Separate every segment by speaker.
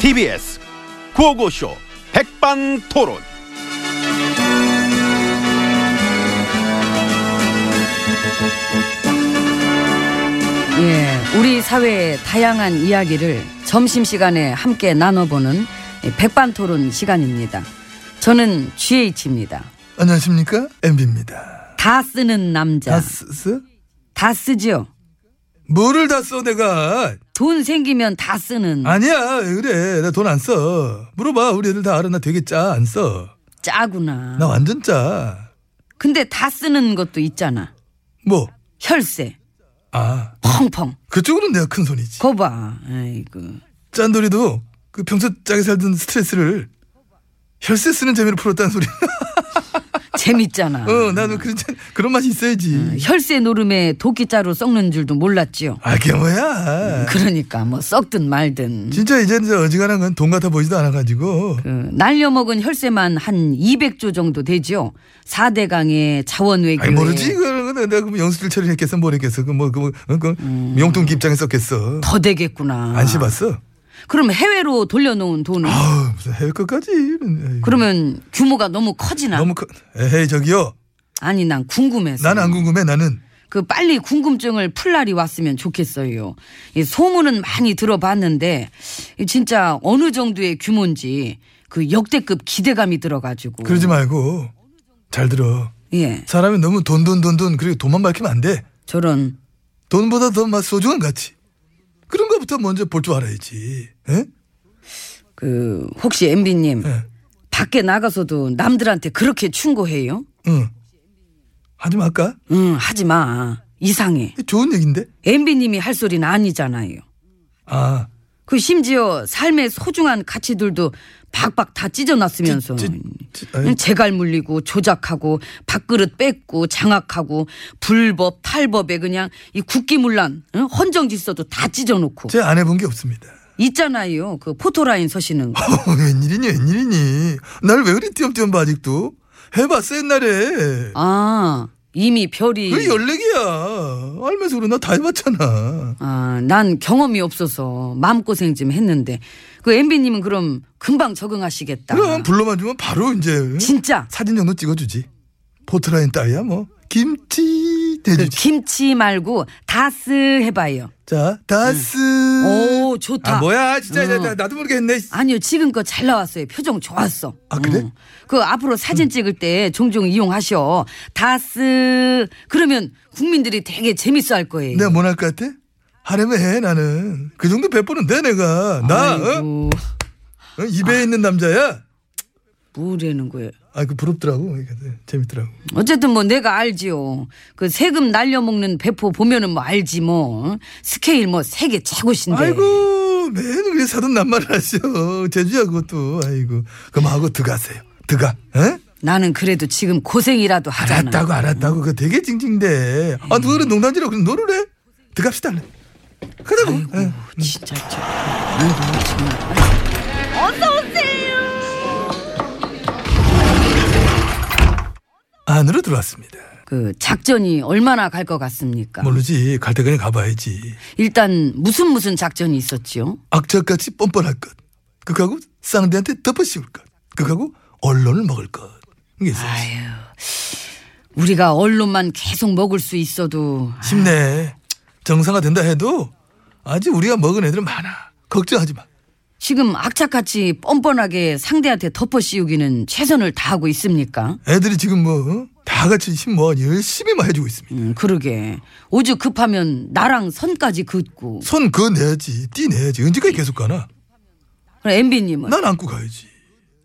Speaker 1: TBS 구호고쇼 백반토론.
Speaker 2: 예, 우리 사회의 다양한 이야기를 점심시간에 함께 나눠보는 백반토론 시간입니다. 저는 GH입니다.
Speaker 3: 안녕하십니까 MB입니다.
Speaker 2: 다 쓰는 남자.
Speaker 3: 다스
Speaker 2: 다 쓰죠.
Speaker 3: 뭐를 다 써 내가
Speaker 2: 돈 생기면 다 쓰는
Speaker 3: 아니야 왜 그래 나 돈 안 써 물어봐 우리 애들 다 알아 나 되게 짜 안 써 나
Speaker 2: 짜구나.
Speaker 3: 완전 짜
Speaker 2: 근데 다 쓰는 것도 있잖아.
Speaker 3: 뭐?
Speaker 2: 혈세,
Speaker 3: 아
Speaker 2: 펑펑.
Speaker 3: 그쪽으로는 내가 큰 손이지
Speaker 2: 거봐. 아이고.
Speaker 3: 짠돌이도 그 평소 짜게 살던 스트레스를 혈세 쓰는 재미로 풀었다는 소리
Speaker 2: 아. 재밌잖아.
Speaker 3: 어 나는 그런 짠- 그런 맛이 있어야지
Speaker 2: 혈세 노름에 도끼자루 썩는 줄도 몰랐지요.
Speaker 3: 아 그게 뭐야
Speaker 2: 그러니까 뭐 썩든 말든.
Speaker 3: 진짜 이제는 저 어지간한 건 돈 같아 보이지도 않아가지고
Speaker 2: 그 날려먹은 혈세만 한 200조 정도 되죠. 4대 강의 자원 외교에
Speaker 3: 네. 아니 모르지
Speaker 2: 네.
Speaker 3: 그거는 내가 그럼 영수증 처리했겠어 모르겠어 그뭐그 뭐, 그,
Speaker 2: 음.
Speaker 3: 용돈 입장에 썼겠어
Speaker 2: 더 되겠구나.
Speaker 3: 안 씹었어
Speaker 2: 그럼 해외로 돌려놓은 돈은
Speaker 3: 아우 무슨 해외 끝까지 이런, 에이,
Speaker 2: 그러면 규모가 너무 커지나?
Speaker 3: 너무 커 에이 저기요
Speaker 2: 아니 난 궁금해서.
Speaker 3: 난 안 궁금해 나는
Speaker 2: 그 빨리 궁금증을 풀 날이 왔으면 좋겠어요. 이 소문은 많이 들어봤는데 이 진짜 어느 정도의 규모인지 그 역대급 기대감이 들어가지고.
Speaker 3: 그러지 말고 잘 들어
Speaker 2: 예,
Speaker 3: 사람이 너무 돈 돈 돈 돈 그리고 돈만 밝히면 안 돼
Speaker 2: 저런
Speaker 3: 돈보다 더 맛 소중한 가치 그런 거부터 먼저 볼 줄 알아야지 에?
Speaker 2: 그 혹시 MB님
Speaker 3: 예.
Speaker 2: 밖에 나가서도 남들한테 그렇게 충고해요?
Speaker 3: 응 하지 말까
Speaker 2: 응, 하지 마. 이상해.
Speaker 3: 좋은 얘긴데
Speaker 2: MB님이 할 소리는 아니잖아요.
Speaker 3: 아
Speaker 2: 그 심지어 삶의 소중한 가치들도 박박 다 찢어놨으면서
Speaker 3: 찢- 찢- 아이.
Speaker 2: 재갈 물리고 조작하고 밥그릇 뺏고 장악하고 불법 탈법에 그냥 이 국기문란 응? 헌정질서도 다 찢어놓고
Speaker 3: 제가 안 해본 게 없습니다
Speaker 2: 있잖아요 그 포토라인 서시는 거
Speaker 3: 어, 웬일이니 웬일이니 날 왜 그리 띄엄띄엄 봐 아직도 해봤어 옛날에
Speaker 2: 아 예. 이미 별이
Speaker 3: 그게 연락이야 알면서 그러나 다 해봤잖아
Speaker 2: 아, 난 경험이 없어서 마음고생 좀 했는데 그 MB님은 그럼 금방 적응하시겠다.
Speaker 3: 그럼 불러만 주면 바로 이제
Speaker 2: 진짜
Speaker 3: 사진 정도 찍어주지 포트라인 따위야 뭐 김치
Speaker 2: 그
Speaker 3: 대주지
Speaker 2: 김치 말고 다스 해봐요.
Speaker 3: 자 다스
Speaker 2: 음. 오 좋다.
Speaker 3: 아 뭐야 진짜
Speaker 2: 어.
Speaker 3: 나, 나도 모르게 했네
Speaker 2: 아니요 지금껏 잘 나왔어요. 표정 좋았어.
Speaker 3: 아, 그래?
Speaker 2: 어. 그 앞으로 사진 찍을 때 종종 이용하셔. 다스 그러면 국민들이 되게 재밌어할 거예요.
Speaker 3: 내가 뭘 할 것 같아? 하려면 해 나는 그 정도 배포는 돼 내가 나 어?
Speaker 2: 아이고 아.
Speaker 3: 어? 입에 있는 남자야
Speaker 2: 뭐라는 거예요.
Speaker 3: 아 그 부럽더라고 재밌더라고
Speaker 2: 어쨌든 뭐 내가 알지요. 그 세금 날려먹는 배포 보면은 뭐 알지 뭐 스케일 뭐 세계 최고신데.
Speaker 3: 네. 아이고 맨 그래 사돈 낱말을 하셔 제주야 그것도 아이고 그만하고 들어가세요 들어가 에?
Speaker 2: 나는 그래도 지금 고생이라도 하잖아.
Speaker 3: 알았다고 알았다고 그거 되게 징징대 아 누가 그래 농단지라고 그럼 노를 해 들어갑시다 얼른. 가자고 에.
Speaker 2: 진짜. 저-
Speaker 3: 안으로 들어왔습니다
Speaker 2: 그 작전이 얼마나 갈 것 같습니까?
Speaker 3: 뭐- 모르지 갈 때 그냥 가봐야지
Speaker 2: 일단 무슨 무슨 작전이 있었지요?
Speaker 3: 악착같이 뻔뻔할 것 그거하고 쌍대한테 덮어씌울 것 그거하고 언론을 먹을 것 이게 있어
Speaker 2: 아유, 우리가 언론만 계속 먹을 수 있어도
Speaker 3: 아. 쉽네 정상화 된다 해도 아직 우리가 먹은 애들은 많아 걱정하지 마
Speaker 2: 지금 악착같이 뻔뻔하게 상대한테 덮어씌우기는 최선을 다하고 있습니까?
Speaker 3: 애들이 지금 뭐 다 같이 힘 모아 열심히 만 해주고 있습니다.
Speaker 2: 음, 그러게. 오죽 급하면 나랑 선까지 긋고.
Speaker 3: 손 그어 내야지, 띠 내야지. 언제까지 계속 가나?
Speaker 2: 엠비님은
Speaker 3: 난 안고 가야지.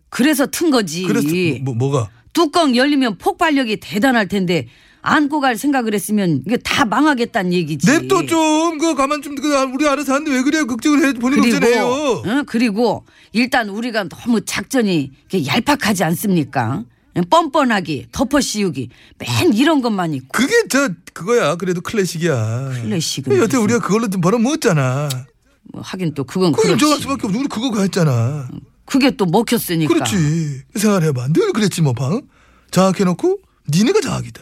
Speaker 2: 그래서 튼 거지.
Speaker 3: 그래서 뭐, 뭐가?
Speaker 2: 뚜껑 열리면 폭발력이 대단할 텐데 안고 갈 생각을 했으면 이게 다 망하겠다는 얘기지.
Speaker 3: 냅둬 좀, 그거 가만 좀, 그, 우리 알아서 하는데 왜 그래요? 걱정을 해, 본인
Speaker 2: 그리고
Speaker 3: 걱정해요.
Speaker 2: 응? 그리고 일단 우리가 너무 작전이 이렇게 얄팍하지 않습니까? 뻔뻔하기, 덮어씌우기, 맨 이런 것만 있고.
Speaker 3: 그게 저, 그거야. 그래도 클래식이야.
Speaker 2: 클래식은
Speaker 3: 여태
Speaker 2: 무슨-
Speaker 3: 우리가 그걸로 좀 벌어먹었잖아.
Speaker 2: 뭐 하긴 또 그건
Speaker 3: 그거 인정할
Speaker 2: 그렇지.
Speaker 3: 수밖에 없어. 우리 그거 가했잖아.
Speaker 2: 그게 또 먹혔으니까.
Speaker 3: 그렇지. 생각해봐. 늘 그랬지, 뭐, 방. 장악해놓고, 니네가 장악이다.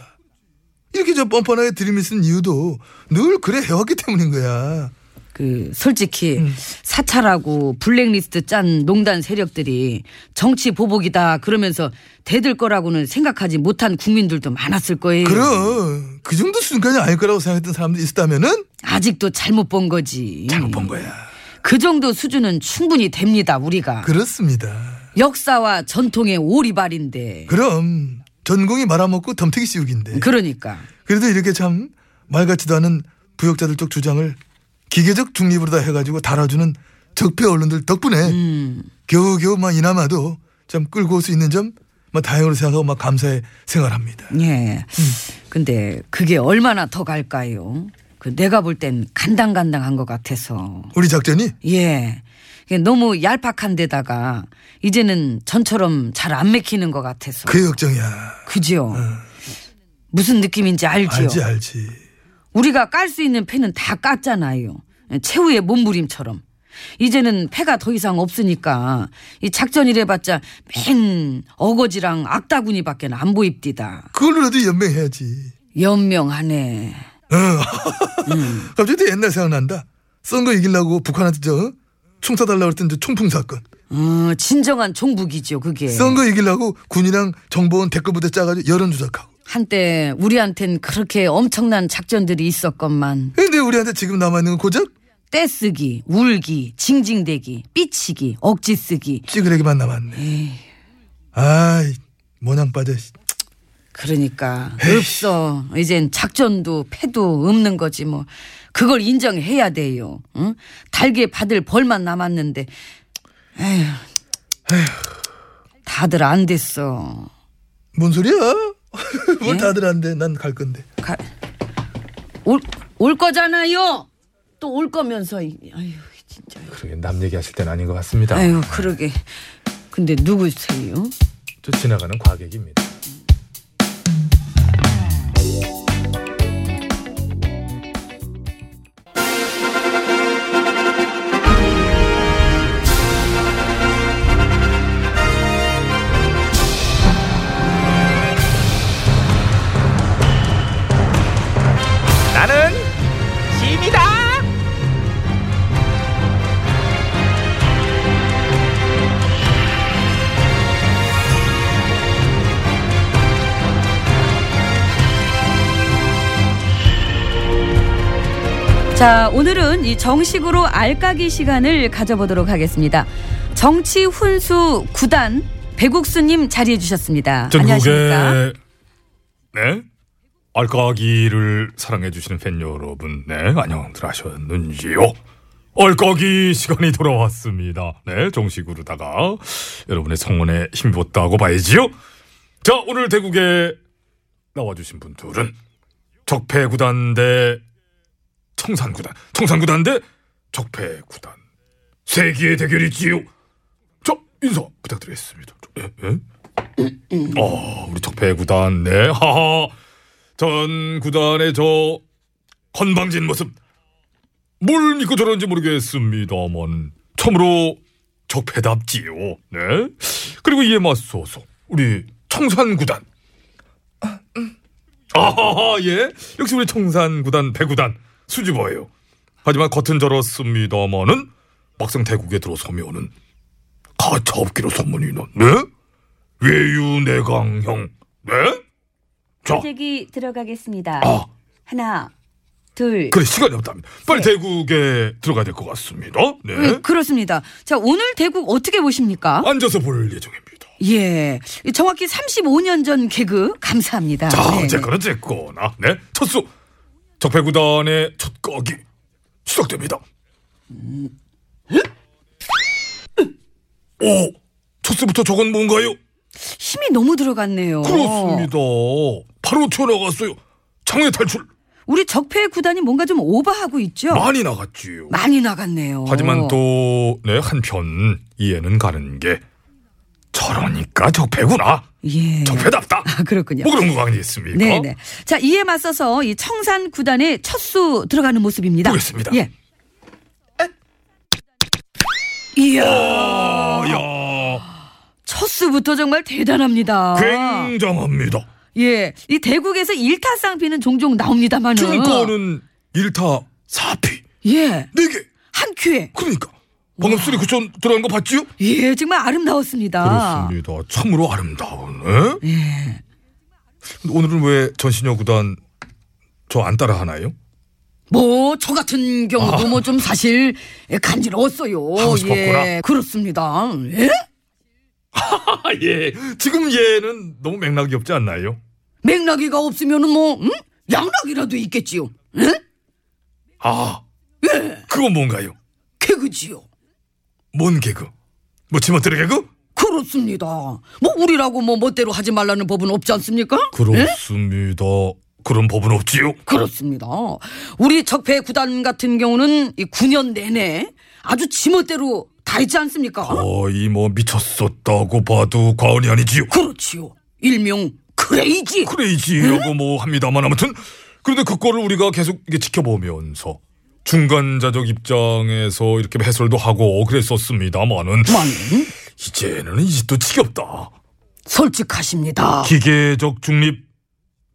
Speaker 3: 이렇게 저 뻔뻔하게 들이미는 이유도 늘 그래 해왔기 때문인 거야.
Speaker 2: 그 솔직히
Speaker 3: 음.
Speaker 2: 사찰하고 블랙리스트 짠 농단 세력들이 정치 보복이다 그러면서 대들 거라고는 생각하지 못한 국민들도 많았을 거예요.
Speaker 3: 그럼 그 정도 수준까지 아닐 거라고 생각했던 사람들이 있었다면은
Speaker 2: 아직도 잘못 본 거지.
Speaker 3: 잘못 본 거야.
Speaker 2: 그 정도 수준은 충분히 됩니다 우리가.
Speaker 3: 그렇습니다.
Speaker 2: 역사와 전통의 오리발인데.
Speaker 3: 그럼 전공이 말아먹고 덤태기 씌우기인데.
Speaker 2: 그러니까.
Speaker 3: 그래도 이렇게 참 말같지도 않은 부역자들 쪽 주장을 기계적 중립으로 다 해가지고 달아주는 적폐 언론들 덕분에 겨우겨우 막 이나마도 참 끌고 올 수 있는 점 막 다행으로 생각하고 막 감사해 생활합니다.
Speaker 2: 예. 근데 그게 얼마나 더 갈까요? 그 내가 볼 땐 간당간당한 것 같아서.
Speaker 3: 우리 작전이
Speaker 2: 예. 이게 너무 얄팍한 데다가 이제는 전처럼 잘 안 맥히는 것 같아서.
Speaker 3: 그 역정이야.
Speaker 2: 그지요? 무슨 느낌인지 알지요?
Speaker 3: 알지 알지.
Speaker 2: 우리가 깔 수 있는 패는 다 깠잖아요. 최후의 몸부림처럼. 이제는 패가 더 이상 없으니까 이 작전이래봤자 맨 어거지랑 악다구니밖에 안 보입디다.
Speaker 3: 그걸로라도 연맹해야지.
Speaker 2: 연명하네.
Speaker 3: 어. 갑자기 또 옛날 생각난다. 선거 이기려고 북한한테 저 어? 총사 달라고 했던 저 총풍 사건.
Speaker 2: 어, 진정한 종북이죠, 그게.
Speaker 3: 선거 이기려고 군이랑 정보원 댓글부대 짜가지고 여론 조작하고.
Speaker 2: 한때 우리한텐 그렇게 엄청난 작전들이 있었건만
Speaker 3: 근데 우리한테 지금 남아있는 건 고작
Speaker 2: 떼쓰기, 울기, 징징대기, 삐치기, 억지 쓰기.
Speaker 3: 찌그레기만 남았네. 아이, 모양 빠져.
Speaker 2: 그러니까 없어. 이젠 작전도 패도 없는 거지 뭐. 그걸 인정해야 돼요. 응? 달게 받을 벌만 남았는데. 에휴. 다들 안 됐어.
Speaker 3: 뭔 소리야? 뭘 다들 안 돼. 난 갈 건데.
Speaker 2: 가, 올, 올 거잖아요. 또 올 거면서 이- 아유 진짜.
Speaker 4: 그러게 남 얘기하실 땐 아닌 것 같습니다.
Speaker 2: 아유 그러게. 근데 누구세요?
Speaker 4: 저 지나가는 과객입니다.
Speaker 5: 나는 짐이다.
Speaker 6: 자, 오늘은 이 정식으로 알까기 시간을 가져보도록 하겠습니다. 정치 훈수 구단 배국수님 자리해 주셨습니다. 안녕하십니까?
Speaker 7: 전국의 네 알까기를 사랑해 주시는 팬 여러분, 네 안녕들 하셨는지요? 알까기 시간이 돌아왔습니다. 네 정식으로다가 여러분의 성원에 힘입었다고 봐야지요. 자 오늘 대국에 나와주신 분들은 적폐 구단 대 청산 구단, 청산 구단 대 적폐 구단 세기의 대결이지요. 자 인사 부탁드리겠습니다. 예, 예? 아, 우리 적폐 구단, 네, 하하. 전 구단의 저 건방진 모습. 뭘 믿고 저런지 모르겠습니다만. 참으로 적폐답지요. 네. 그리고 이에 맞서서 우리 청산 구단. 아하하, 예. 역시 우리 청산 구단, 배구단, 수줍어요. 하지만 겉은 저렇습니다마는 막상 대국에 들어서면은 가차없기로 소문이 나. 네? 외유내강형. 네? 자,
Speaker 6: 기 들어가겠습니다.
Speaker 7: 아,
Speaker 6: 하나,
Speaker 2: 예.
Speaker 6: 둘.
Speaker 7: 그래 시간이 없답니다. 빨리 대국에 들어가야 될 것 같습니다. 네,
Speaker 2: 예, 네. 그렇습니다. 자 오늘 대국 어떻게 보십니까?
Speaker 7: 앉아서 볼 예정입니다.
Speaker 2: 예, 정확히 35년 전 개그 감사합니다.
Speaker 7: 자,
Speaker 2: 네.
Speaker 7: 어쨌거나 어쨌거나, 네, 첫수 적폐구단의 첫 거기 시작됩니다. 오, 어? 첫수부터 저건 뭔가요?
Speaker 2: 힘이 너무 들어갔네요.
Speaker 7: 그렇습니다.
Speaker 2: 어.
Speaker 7: 바로 튀어나갔어요. 장외 탈출
Speaker 2: 우리 적폐 구단이 뭔가 좀 오버하고 있죠.
Speaker 7: 많이 나갔지요.
Speaker 2: 많이 나갔네요.
Speaker 7: 하지만 또, 네, 한편, 이해는 가는 게, 저러니까 적폐구나.
Speaker 2: 예.
Speaker 7: 적폐답다.
Speaker 2: 아, 그렇군요.
Speaker 7: 뭐 그런 거 아니겠습니까?
Speaker 2: 네네. 자 이에 맞서서 이 청산 구단의 첫수 들어가는 모습입니다.
Speaker 7: 보겠습니다.
Speaker 2: 예. 이야
Speaker 7: 아, 야,
Speaker 2: 첫수부터 정말 대단합니다.
Speaker 7: 굉장합니다.
Speaker 2: 예, 이 대국에서 어. 일타쌍피는 종종 나옵니다만은.
Speaker 7: 증권은 일타 사피
Speaker 2: 예,
Speaker 7: 네개
Speaker 2: 큐에
Speaker 7: 그러니까 방금 소리 그천 들어간 거 봤지요?
Speaker 2: 예 정말 아름다웠습니다.
Speaker 7: 그렇습니다. 참으로 아름다운. 예. 오늘은 왜 전신여 구단 저 안 따라 하나요?
Speaker 2: 뭐 저 같은 경우도 뭐 좀 사실 간지러웠어요.
Speaker 7: 하고 아, 싶었구나.
Speaker 2: 예 그렇습니다. 예?
Speaker 7: 아 예. 지금 얘는 너무 맥락이 없지 않나요?
Speaker 2: 맥락이가 없으면은 뭐 음? 양락이라도 있겠지요. 예?
Speaker 7: 아.
Speaker 2: 네.
Speaker 7: 예. 그건 뭔가요?
Speaker 2: 개그지요.
Speaker 7: 뭔 개그? 뭐 지멋대로
Speaker 2: 네?
Speaker 7: 개그?
Speaker 2: 그렇습니다. 뭐 우리라고 뭐 멋대로 하지 말라는 법은 없지 않습니까? 예?
Speaker 7: 그렇습니다. 그런 법은 없지요.
Speaker 2: 그렇습니다. 우리 적폐 구단 같은 경우는 이 9년 내내 아주 지멋대로 다 했지 않습니까?
Speaker 7: 거의 뭐 미쳤었다고 봐도 과언이 아니지요.
Speaker 2: 그렇지요. 일명 크레이지.
Speaker 7: 크레이지라고 뭐 합니다만 아무튼 그런데 그거를 우리가 계속 이게 지켜보면서 중간자적 입장에서 이렇게 해설도 하고 그랬었습니다만은
Speaker 2: 많은
Speaker 7: 이제는 이제 또 지겹다.
Speaker 2: 솔직하십니다.
Speaker 7: 기계적 중립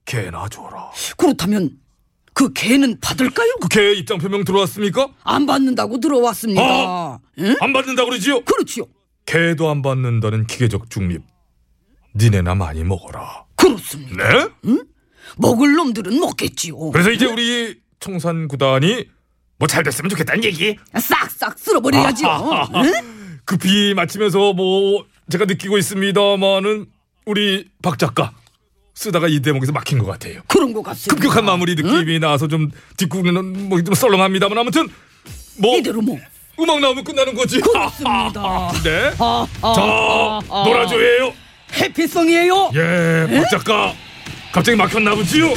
Speaker 7: 개나 줘라.
Speaker 2: 그렇다면 그 개는 받을까요?
Speaker 7: 그 개 입장 표명 들어왔습니까?
Speaker 2: 안 받는다고 들어왔습니다.
Speaker 7: 아!
Speaker 2: 응?
Speaker 7: 안 받는다 그러지요?
Speaker 2: 그렇지요.
Speaker 7: 개도 안 받는다는 기계적 중립. 니네나 많이 먹어라.
Speaker 2: 그렇습니다.
Speaker 7: 네?
Speaker 2: 먹을 놈들은 먹겠지요.
Speaker 7: 그래서 이제 우리 청산 구단이 뭐 잘 됐으면 좋겠다는 얘기.
Speaker 2: 싹싹 쓸어버려야지요. 예? 응?
Speaker 7: 급히 마치면서 뭐 제가 느끼고 있습니다만은 우리 박 작가 쓰다가 이 대목에서 막힌 것 같아요.
Speaker 2: 그런 것 같습니다.
Speaker 7: 급격한 마무리 느낌이 나서 좀 뒷구는 뭐좀 썰렁합니다만 아무튼 뭐
Speaker 2: 이대로 뭐
Speaker 7: 음악 나오면 끝나는 거지.
Speaker 2: 그렇습니다.
Speaker 7: 네.
Speaker 2: 아, 아,
Speaker 7: 자
Speaker 2: 아.
Speaker 7: 놀아줘예요.
Speaker 2: 해피성이에요.
Speaker 7: 예, 박 작가 갑자기 막혔나 보지요.